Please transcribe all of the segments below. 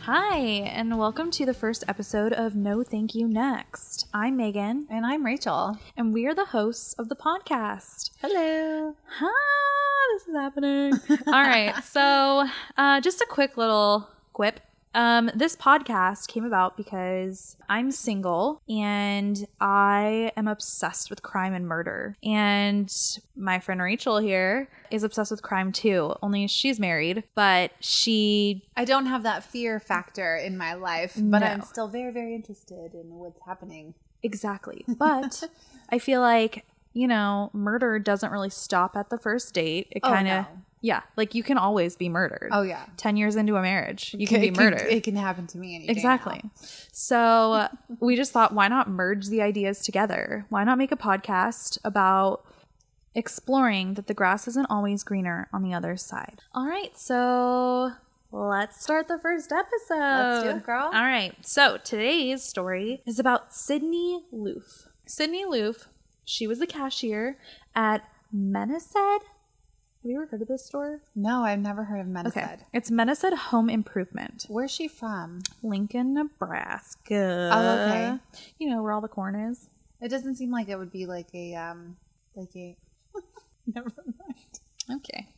Hi, and welcome to the first episode of No Thank You Next. I'm Megan, And I'm Rachel. and we are the hosts of the podcast. Hello. Hi, this is happening. All right, so uh, just a quick little quip. Um, this podcast came about because I'm single and I am obsessed with crime and murder. And my friend Rachel here is obsessed with crime too, only she's married, but she I don't have that fear factor in my life, but No. I'm still very, very interested in what's happening. Exactly. But I feel like, you know, murder doesn't really stop at the first date. It Oh, kind of, no. yeah, like you can always be murdered. Oh, yeah. 10 years into a marriage, you can It be murdered. It can happen to me any day exactly. now. So we just thought, why not merge the ideas together? Why not make a podcast about exploring that the grass isn't always greener on the other side? All right. So. Let's start the first episode. Let's do it, girl. All right. So today's story is about Sydney Loof. Sydney Loof, she was the cashier at Menaced. Have you ever heard of this store? No, I've never heard of Medicine. It's Menaced Home Improvement. Where's she from? Lincoln, Nebraska. Oh, You know where all the corn is. It doesn't seem like it would be like a, um, like a. never mind. Okay.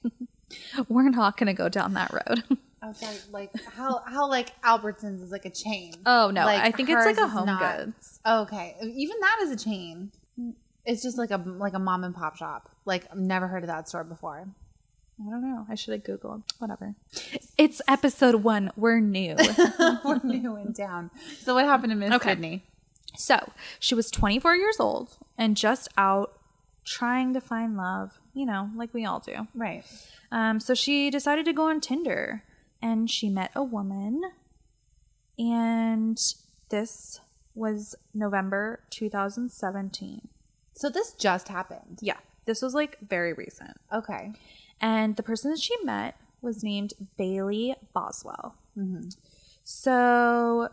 We're not going to go down that road. I was like, like how how like Albertsons is like a chain. Oh, no. Like, I think it's like hers a is home not. goods. Okay, even that is a chain. It's just like a like a mom and pop shop. Like I've never heard of that store before. I don't know. I should have Googled. Whatever. It's episode one. We're new. We're new in town. So what happened to Miss Okay. Sydney? so she was 24 years old and just out trying to find love, you know, like we all do. Right. Um, so she decided to go on Tinder and she met a woman. And this was November 2017. So this just happened. Yeah, this was like very recent. Okay. And the person that she met was named Bailey Boswell. Mhm. So,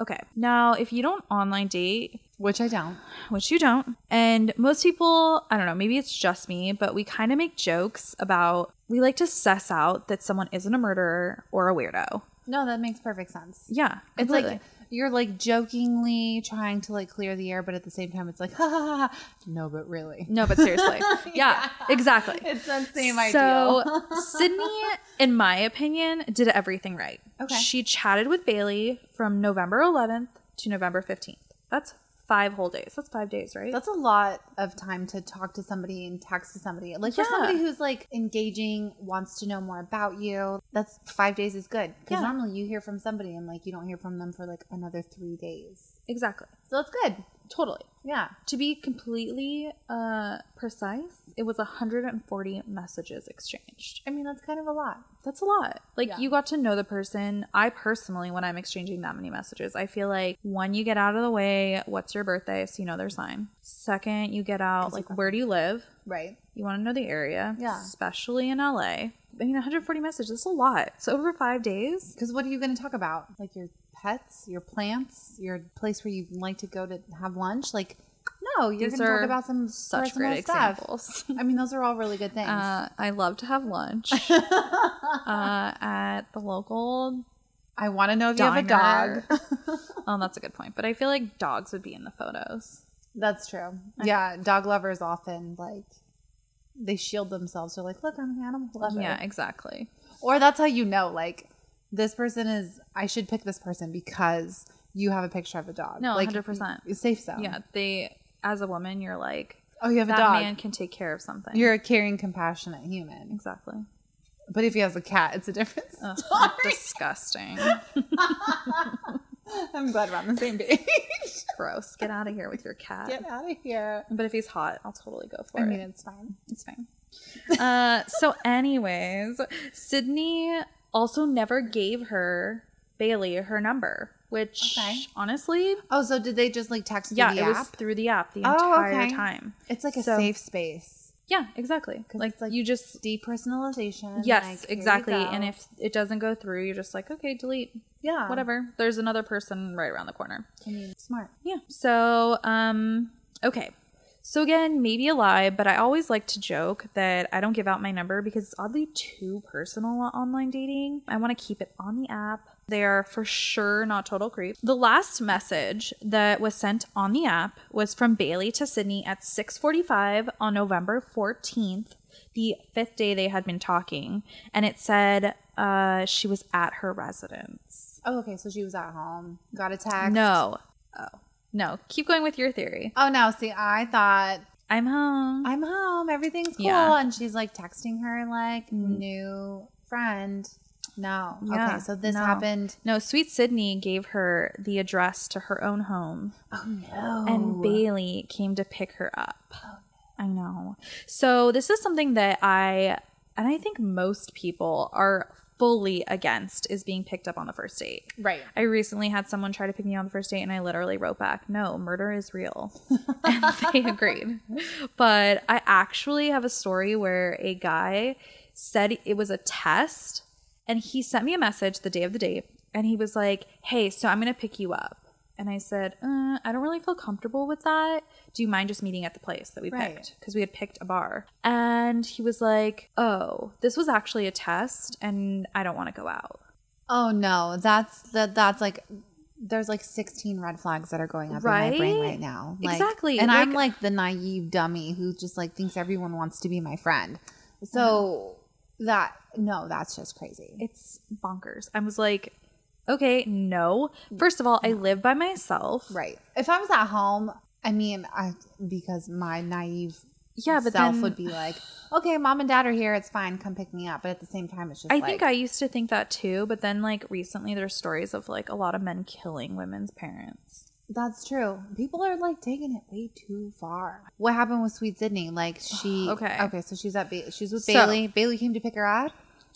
okay. Now, if you don't online date, Which I don't. which you don't. And most people, I don't know, maybe it's just me, but we kind of make jokes about we like to suss out that someone isn't a murderer or a weirdo. No, that makes perfect sense. Yeah. It's completely. like you're like jokingly trying to like clear the air, but at the same time, it's like ha ha ha. ha. No, but really, no, but seriously. yeah, exactly. it's that same so idea. Sydney, in my opinion, did everything right. Okay. She chatted with Bailey from November 11th to November 15th. That's five whole days. That's five days, right? That's a lot of time to talk to somebody and text to somebody. Like for Yeah. somebody who's like engaging, wants to know more about you, that's five days is good. Because Yeah. normally you hear from somebody and like you don't hear from them for like another three days. exactly. So it's good. Totally. Yeah. To be completely uh, precise, it was 140 messages exchanged. I mean, that's kind of a lot. That's a lot. Like, Yeah. you got to know the person. I personally, when I'm exchanging that many messages, I feel like one, you get out of the way, what's your birthday? So you know their sign. Second, you get out, like, where do you live? Right. You want to know the area, Yeah. especially in LA. I mean, 140 messages, that's a lot. So over five days, Because what are you going to talk about? Like your pets, your plants, your place where you like to go to have lunch? Like, no, you're These going to are talk about some such personal great stuff. examples. I mean, those are all really good things. Uh, I love to have lunch uh, at the local. I want to know if you have diner. a dog. Oh, that's a good point. But I feel like dogs would be in the photos. That's true. Yeah, dog lovers often like they shield themselves. They're like, "Look, I'm an animal lover." Yeah, exactly. Or that's how you know, like, this person is. I should pick this person because you have a picture of a dog. No, like, 100%. It's safe zone. Yeah, they. As a woman, you're like Oh, you have that a dog. man can take care of something. You're a caring, compassionate human. exactly. But if he has a cat, it's a different Ugh, story. disgusting. I'm glad we're on the same page. Gross. Get out of here with your cat. Get out of here. But if he's hot, I'll totally go for I it. mean, it's fine. It's fine. Uh, so, anyways, Sydney also never gave her Bailey her number, which Okay. honestly, Oh, so did they just like text you yeah, the it was app? through the app the Oh, entire okay. time. It's like a So- safe space. Yeah, exactly. 'Cause Like, it's like- you just Depersonalization. like, yes, here you exactly. go. And if it doesn't go through, you're just like, okay, delete, yeah, whatever. There's another person right around the corner. I mean, smart. Yeah. So, um, okay. So again, maybe a lie, but I always like to joke that I don't give out my number because it's oddly too personal on online dating. I want to keep it on the app. They are for sure not total creeps. The last message that was sent on the app was from Bailey to Sydney at 6:45 on November 14th, the fifth day they had been talking, and it said uh, she was at her residence. Oh, okay. So she was at home, got a text. No. Oh. No, keep going with your theory. Oh no. See, I thought I'm home. I'm home. Everything's cool. Yeah. Mm-hmm. And she's like texting her like new friend. No. Yeah, okay. So this no. happened. No, sweet Sydney gave her the address to her own home. Oh no. and Bailey came to pick her up. I know. So this is something that I and I think most people are fully against is being picked up on the first date. right. I recently had someone try to pick me on the first date and I literally wrote back, "No, murder is real." and they agreed. But I actually have a story where a guy said it was a test and he sent me a message the day of the date and he was like, "Hey, so I'm going to pick you up." And I said, uh, I don't really feel comfortable with that. Do you mind just meeting at the place that we Right. picked? Because we had picked a bar. And he was like, Oh, this was actually a test and I don't want to go out. Oh no. That's that. That's like. There's like 16 red flags that are going up in my brain Right? right now. Like, Exactly, And I'm like- like the naive dummy who just like thinks everyone wants to be my friend. So Mm-hmm. that no, that's just crazy. it's bonkers. I was like, okay, no. First of all, I live by myself. Right. If I was at home, I mean, I because my naive Yeah, but self then would be like, okay, mom and dad are here. It's fine. Come pick me up. But at the same time, it's just I like, think I used to think that too, but then like recently there's stories of like a lot of men killing women's parents. that's true. People are like taking it way too far. What happened with Sweet Sydney? Like she, Okay. okay. So she's at, ba- she's with So- Bailey. Bailey came to pick her up.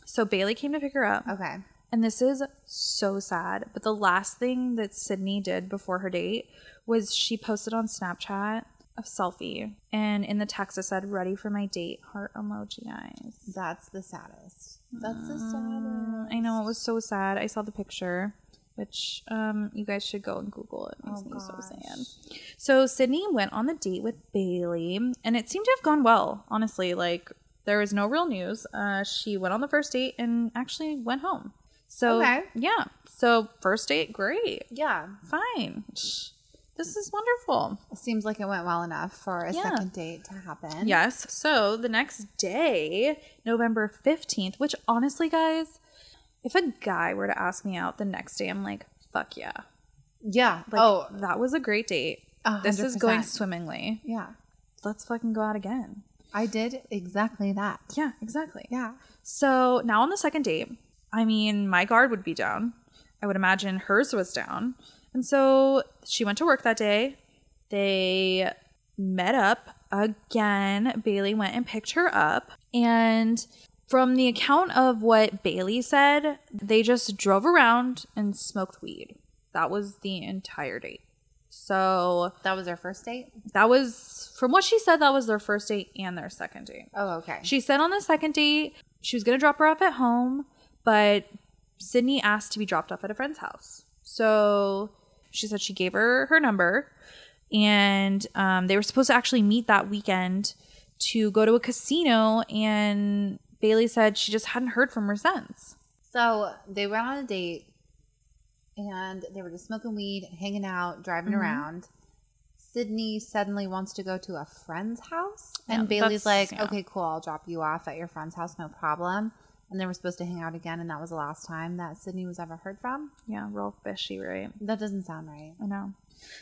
So Bailey came to pick her up. Okay. And this is so sad. But the last thing that Sydney did before her date was she posted on Snapchat a selfie. And in the text, it said, ready for my date, heart emoji eyes. That's the saddest. That's the Mm, saddest. I know, it was so sad. I saw the picture, which um, you guys should go and Google it. It makes Oh, me so gosh. sad. So Sydney went on the date with Bailey, and it seemed to have gone well, honestly. Like, there was no real news. Uh, she went on the first date and actually went home. So, Okay. yeah. So, first date, great. Yeah. Fine. Shh. This is wonderful. It seems like it went well enough for a Yeah. second date to happen. Yes. So the next day, November 15th, which honestly, guys, if a guy were to ask me out the next day, I'm like, fuck yeah. Yeah. Like, oh, that was a great date. a hundred This is going percent. swimmingly. Yeah. Let's fucking go out again. I did exactly that. Yeah, exactly. Yeah. So now on the second date, I mean, my guard would be down. I would imagine hers was down. And so she went to work that day. They met up again. Bailey went and picked her up. And from the account of what Bailey said, they just drove around and smoked weed. That was the entire date. So That was our first date? that was, from what she said, that was their first date and their second date. Oh, okay. She said on the second date she was going to drop her off at home, but Sydney asked to be dropped off at a friend's house. So she said she gave her her number, and um, they were supposed to actually meet that weekend to go to a casino. And Bailey said she just hadn't heard from her since. So they went on a date and they were just smoking weed, hanging out, driving Mhm. around. Sydney suddenly wants to go to a friend's house. And Yeah, Bailey's that's- like, yeah. okay, cool. I'll drop you off at your friend's house. No problem. And they were supposed to hang out again. And that was the last time that Sydney was ever heard from. Yeah, real fishy, right? That doesn't sound right. I know.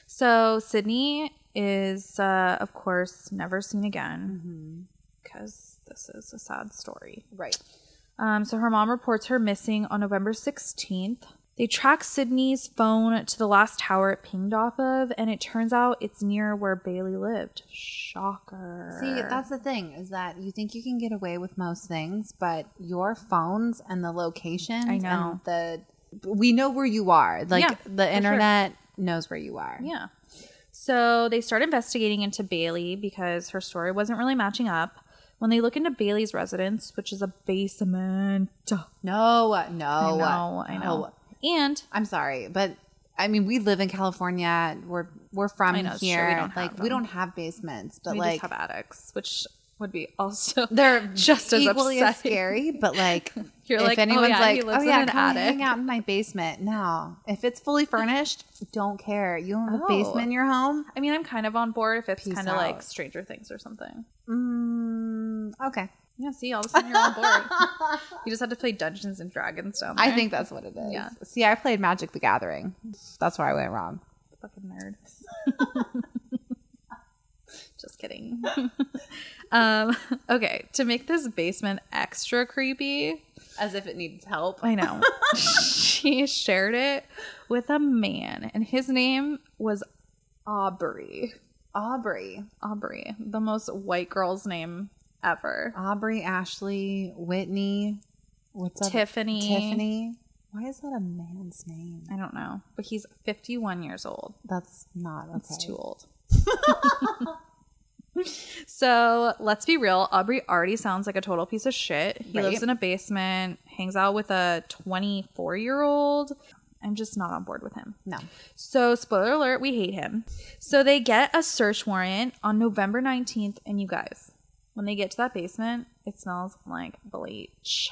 So Sydney is, uh, of course, never seen again Mm-hmm. because this is a sad story. Right. Um, so her mom reports her missing on November 16th. They track Sydney's phone to the last tower it pinged off of, and it turns out it's near where Bailey lived. Shocker. See, that's the thing is that you think you can get away with most things, but your phones and the location, I know. and the we know where you are. Like Yeah, the sure. internet knows where you are. Yeah. So they start investigating into Bailey because her story wasn't really matching up. When they look into Bailey's residence, which is a basement. No, no, I know, Oh, I know. And I'm sorry, but I mean, we live in California. We're we're from I know, it's true, here. we don't have like them. we don't have basements, but we like just have attics, which would be also They're Just as equally as upsetting. scary, but like You're if like, "Oh, anyone's yeah, like, he lives oh in yeah, an come attic." hang out in my basement. No, if it's fully furnished, don't care. You don't have a Oh. basement in your home. I mean, I'm kind of on board if it's Peace kind of like out. Stranger Things or something. Mm, okay, Yeah, see, all of a sudden you're on board. you just have to play Dungeons and Dragons down there. I think that's what it is. Yeah. See, I played Magic: The Gathering. That's where I went wrong. fucking nerd. Just kidding. um, okay, to make this basement extra creepy, As if it needs help. I know she shared it with a man, and his name was Aubrey. Aubrey, Aubrey, the most white girl's name ever. Aubrey, Ashley, Whitney. What's up, Tiffany. Tiffany. Why is that a man's name? I don't know, but he's 51 years old. That's not. Okay. It's too old. so let's be real. Aubrey already sounds like a total piece of shit. He Right. lives in a basement, hangs out with a 24 year old. I'm just not on board with him. No. So, spoiler alert, we hate him. So, they get a search warrant on November 19th, and you guys, when they get to that basement, it smells like bleach.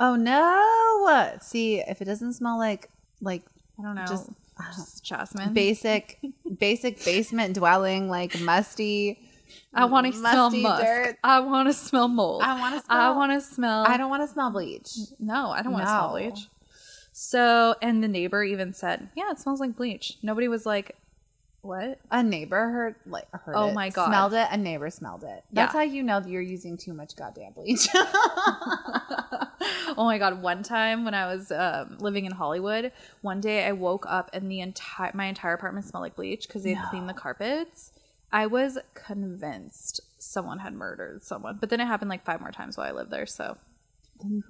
Oh no! See, if it doesn't smell like like I don't know. Just- Just, Jasmine. basic basic basement dwelling, like musty. I want to smell musty musk. dirt. I want to smell mold. I want to smell. I want to smell. I don't want to smell bleach. No, I don't want to smell No. bleach. So, and the neighbor even said, "Yeah, it smells like bleach." Nobody was like, "What?" A neighbor heard like heard Oh it, my God. smelled it. A neighbor smelled it. That's Yeah. how you know that you're using too much goddamn bleach. Oh my god! One time when I was um, living in Hollywood, one day I woke up and the entire my entire apartment smelled like bleach because they had No. cleaned the carpets. I was convinced someone had murdered someone, but then it happened like five more times while I livved there. So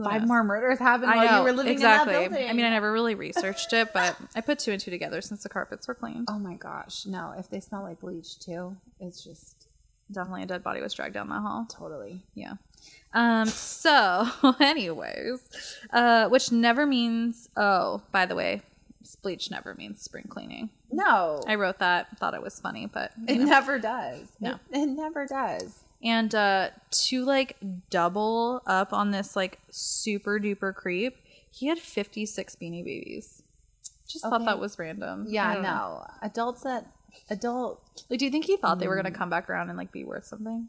Five knows? more murders happened I while know you were living exactly. in that building. I mean, I never really researched it, but I put two and two together since the carpets were cleaned. oh my gosh, no! If they smell like bleach too, it's just Definitely, a dead body was dragged down that hall. totally. Yeah. Um, so, anyways, uh, which never means, oh, by the way, bleach never means spring cleaning. No, Mm-hmm. I wrote that, thought it was funny, but. you it know. never does. No. It, it never does. And uh, to like double up on this like super duper creep, he had 56 beanie babies. Just Okay. thought that was random. I Yeah, no. don't know. Adults that adult Like, do you think he thought they were going to come back around and like be worth something?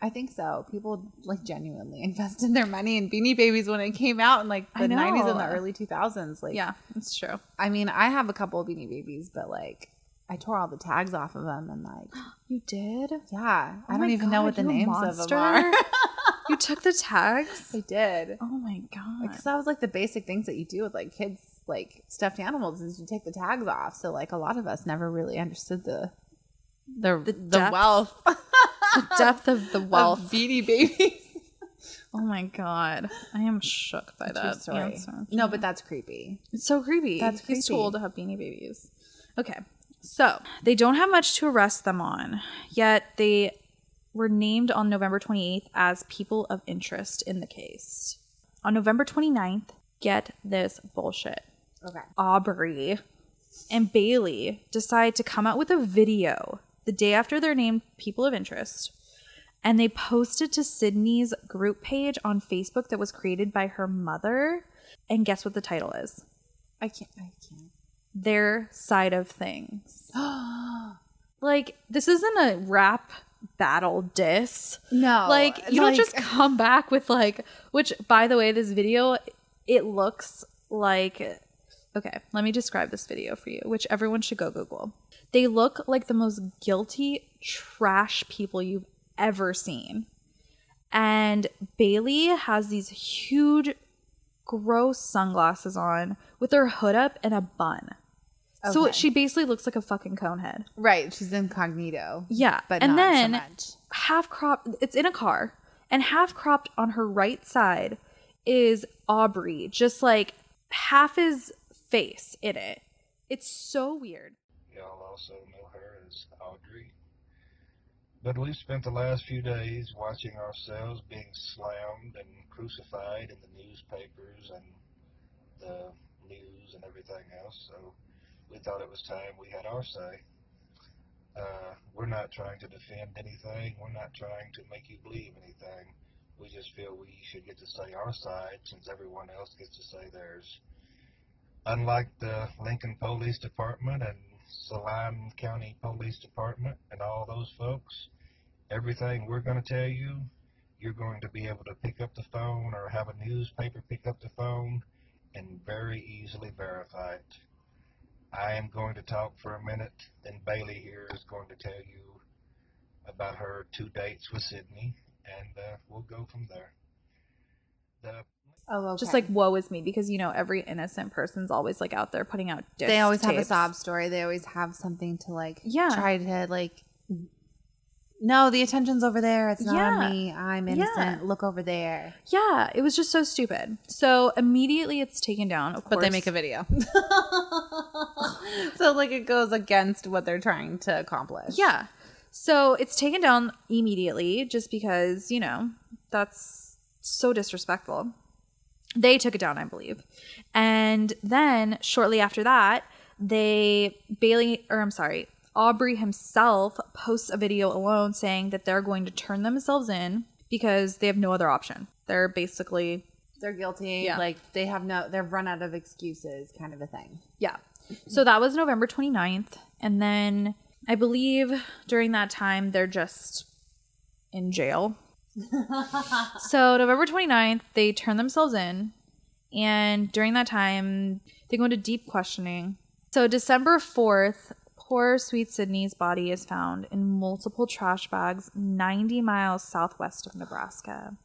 I think so. People like genuinely invested their money in Beanie Babies when it came out in like the I know. nineties and the early two thousands. Like Yeah, it's true. I mean, I have a couple of Beanie Babies, but like I tore all the tags off of them and like You did? yeah, I Oh don't my even know God, what the you a names of monster. them are. you took the tags? I did Oh my god. because that was like the basic things that you do with like kids like stuffed animals is you take the tags off. So like a lot of us never really understood the the the, depth wealth the depth of the of wealth. Beanie Babies. oh my god, I am shook by True that story. answer. No, but that's creepy. it's so creepy. That's He's too creepy. old to have beanie babies. Okay, so they don't have much to arrest them on, yet they were named on November 28th as people of interest in the case. On November 29th, get this bullshit. Okay. Aubrey and Bailey decide to come out with a video the day after they're named People of Interest. And they post it to Sydney's group page on Facebook that was created by her mother. And guess what the title is? I can't. I can't. Their Side of Things. Like, this isn't a rap battle diss. no, like, you don't just come back with, like, which, by the way, this video, it looks like Okay, let me describe this video for you, which everyone should go Google. They look like the most guilty trash people you've ever seen. And Bailey has these huge, gross sunglasses on with her hood up and a bun. So Okay. she basically looks like a fucking conehead. right. She's incognito, Yeah. but and not then so much. half cropped it's in a car and half cropped on her right side is aubrey just like half his face in it it's so weird Y'all also know her as Audrey. But we've spent the last few days watching ourselves being slammed and crucified in the newspapers and the news and everything else, so we thought it was time we had our say. Uh, we're not trying to defend anything. We're not trying to make you believe anything. We just feel we should get to say our side since everyone else gets to say theirs. Unlike the Lincoln Police Department and Saline County Police Department and all those folks, everything we're going to tell you, you're going to be able to pick up the phone or have a newspaper pick up the phone and very easily verify it. I am going to talk for a minute, then Bailey here is going to tell you about her two dates with Sydney, and uh, we'll go from there. The, Oh, okay. Just like woe is me because you know every innocent person's always like out there putting out. Disc they always have a tapes. sob story. They always have something to like Yeah. try to like no, the attention's over there. It's not Yeah. on me. I'm innocent. Yeah. Look over there. Yeah, it was just so stupid. So immediately it's taken down. Of course, But they make a video. so like it goes against what they're trying to accomplish. Yeah. So it's taken down immediately just because, you know, that's so disrespectful. They took it down, I believe. And then shortly after that, they Bailey or I'm sorry, Aubrey himself posts a video alone saying that they're going to turn themselves in because they have no other option. They're basically They're guilty. Yeah. Like they have no they've run out of excuses kind of a thing. Yeah. So that was November 29th. And then I believe during that time, they're just in jail. so November 29th, they turn themselves in. And during that time, they go into deep questioning. So December 4th, poor sweet Sydney's body is found in multiple trash bags 90 miles southwest of Nebraska.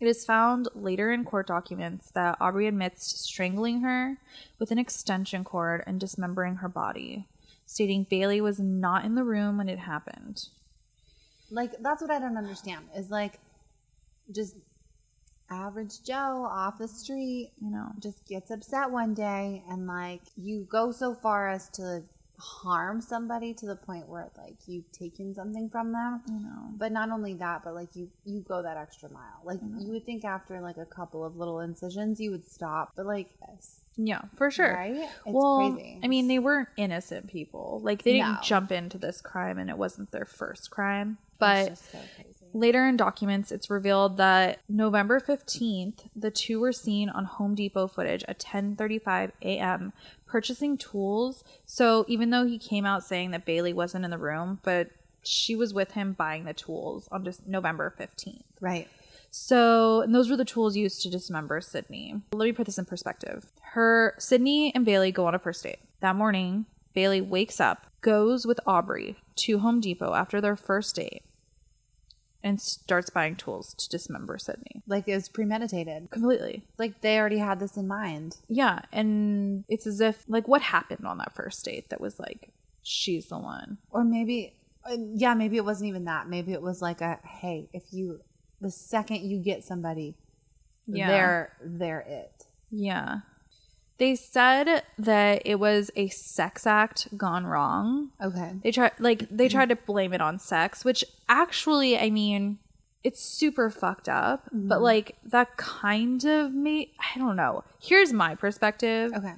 It is found later in court documents that Aubrey admits to strangling her with an extension cord and dismembering her body, stating Bailey was not in the room when it happened. Like that's what I don't understand. Is like just average Joe off the street You know, just gets upset one day and like you go so far as to harm somebody to the point where like you've taken something from them you know. but not only that but like you you go that extra mile like Mm-hmm. you would think after like a couple of little incisions you would stop but like this, Yeah, for sure. right it's well, crazy I mean, they weren't innocent people. Like they didn't No. jump into this crime, and it wasn't their first crime. It's But just so crazy. Later in documents, it's revealed that November 15th, the two were seen on Home Depot footage at 10:35 a.m. purchasing tools. So even though he came out saying that Bailey wasn't in the room, but she was with him buying the tools on just November 15th. right So, and those were the tools used to dismember Sydney. Let me put this in perspective. Her Sydney and Bailey go on a first date. That morning, Bailey wakes up, goes with Aubrey to Home Depot after their first date, and starts buying tools to dismember Sydney. like it was premeditated Completely. like they already had this in mind Yeah, and it's as if like what happened on that first date that was like she's the one. or maybe uh, yeah maybe it wasn't even that maybe it was like a hey if you the second you get somebody Yeah. they're they're it Yeah. They said that it was a sex act gone wrong. okay They try like they tried to blame it on sex, which actually, I mean, it's super fucked up, but Mhm. like that kind of made I don't know. Here's my perspective. okay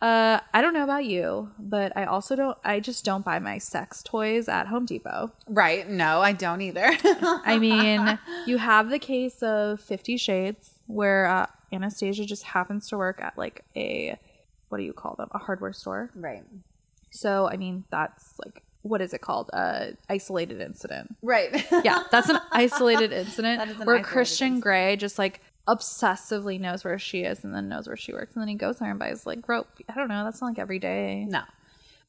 Uh I don't know about you, but I also don't I just don't buy my sex toys at Home Depot. right no i don't either I mean, you have the case of 50 Shades where uh, Anastasia just happens to work at like a what do you call them? A hardware store. right So, I mean, that's like what is it called? Uh isolated incident. right yeah, that's an isolated incident That is an where isolated Christian incident. Grey just like obsessively knows where she is and then knows where she works and then he goes there and buys like rope. I don't know, that's not like every day. no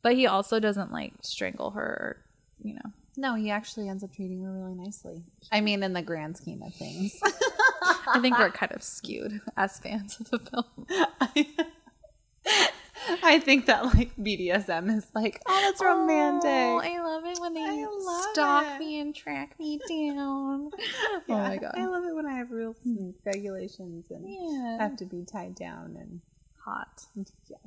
But he also doesn't like strangle her, or, you know. no he actually ends up treating her really nicely i mean in the grand scheme of things I think we're kind of skewed as fans of the film. i think that like bdsm is like oh that's romantic Oh, I love it when they I love stalk it. me and track me down. Yeah, oh my god. I love it when I have rules and regulations and Yeah. have to be tied down and Hot. yeah.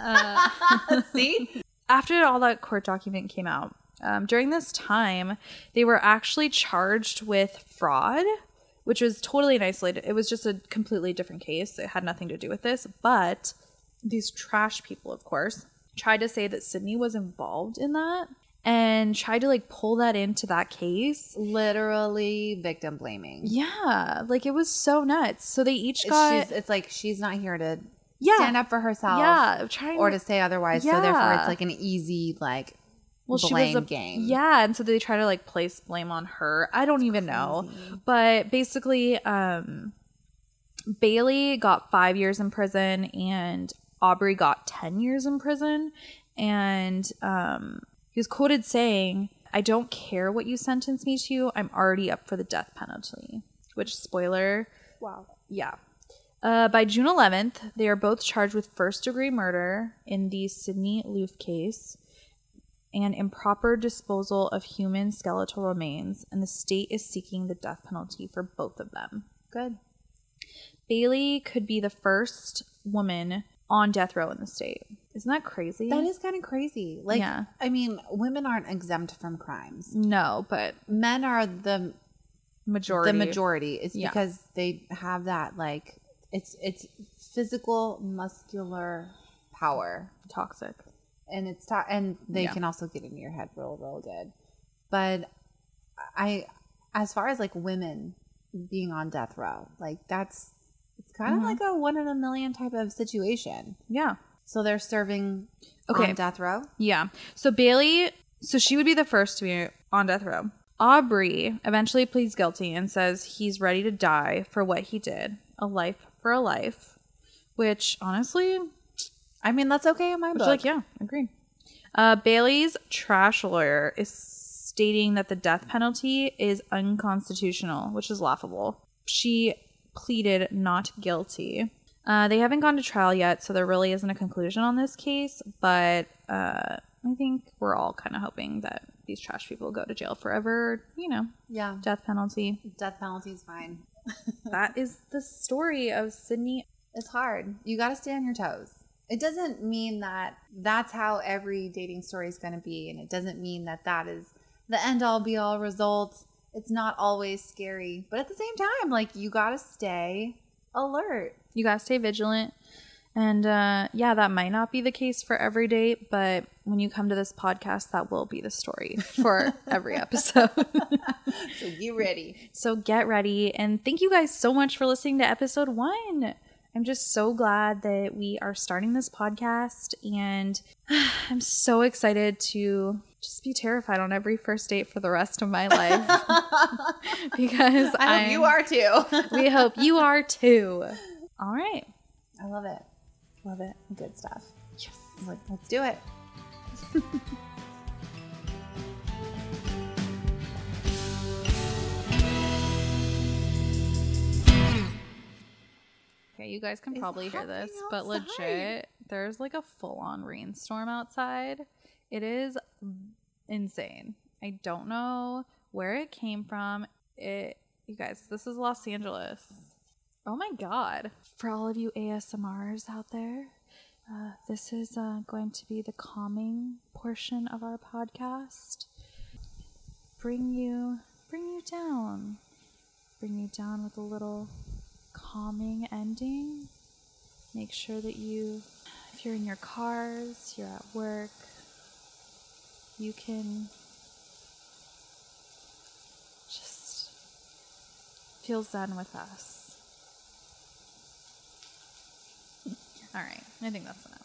Uh, See? after all that court document came out, um, during this time, they were actually charged with fraud, which was totally an isolated. It was just a completely different case. It had nothing to do with this. But these trash people, of course, tried to say that Sydney was involved in that and tried to like pull that into that case. Literally victim blaming. Yeah, like it was so nuts. So they each It's- got she's, it's like she's not here to yeah, stand up for herself yeah, I'm trying or to say otherwise. So therefore, Yeah. it's like an easy like well, blame she was a, game. Yeah, and so they try to like place blame on her. I don't even know. But basically, um Bailey got five years in prison and Aubrey got ten years in prison. And um he was quoted saying, I don't care what you sentence me to, I'm already up for the death penalty. Which spoiler, Wow. yeah. Uh, by June 11th, they are both charged with first degree murder in the Sydney Loof case and improper disposal of human skeletal remains, and the state is seeking the death penalty for both of them. Good. Bailey could be the first woman on death row in the state. Isn't that crazy? That is kind of crazy. Like, Yeah. I mean, women aren't exempt from crimes. no, but Men are the majority. the majority. It's Yeah. because they have that like it's it's physical muscular power, toxic. and it's ta- and they Yeah. can also get into your head real real good. But I, as far as like women being on death row, like that's it's kind of Mhm. like a one in a million type of situation. Yeah. So they're serving Okay. on death row. Yeah. So Bailey, so she would be the first to be on death row. Aubrey eventually pleads guilty and says he's ready to die for what he did a life for a life, which honestly, I mean, that's okay in my which, book. like, yeah, agreed. Uh, Bailey's trash lawyer is stating that the death penalty is unconstitutional, which is laughable. She pleaded not guilty. Uh, they haven't gone to trial yet, so there really isn't a conclusion on this case, but uh, I think we're all kind of hoping that these trash people go to jail forever, you know, yeah, death penalty. death penalty is fine. that is the story of Sydney. It's hard. You got to stay on your toes. It doesn't mean that that's how every dating story is going to be. And it doesn't mean that that is the end all be all result. It's not always scary. But at the same time, like, you got to stay alert. You got to stay vigilant. And uh, yeah, that might not be the case for every date, but when you come to this podcast, that will be the story for every episode. So get ready. So get ready. And thank you guys so much for listening to episode one. I'm just so glad that we are starting this podcast. And I'm so excited to just be terrified on every first date for the rest of my life I because hope I'm- you are too. we hope you are too. All right. I love it. Love it. Good stuff. Yes. Like, Let's do it. Okay, you guys can It's probably hear this, happening but outside. legit, there's like a full on rainstorm outside. It is insane. I don't know where it came from. It, you guys, this is Los Angeles. Oh my God. For all of you ASMRs out there, uh, this is uh, going to be the calming portion of our podcast. Bring you, bring you down, bring you down with a little calming ending. Make sure that you, if you're in your cars, you're at work, you can just feel zen with us. All right, I think that's enough.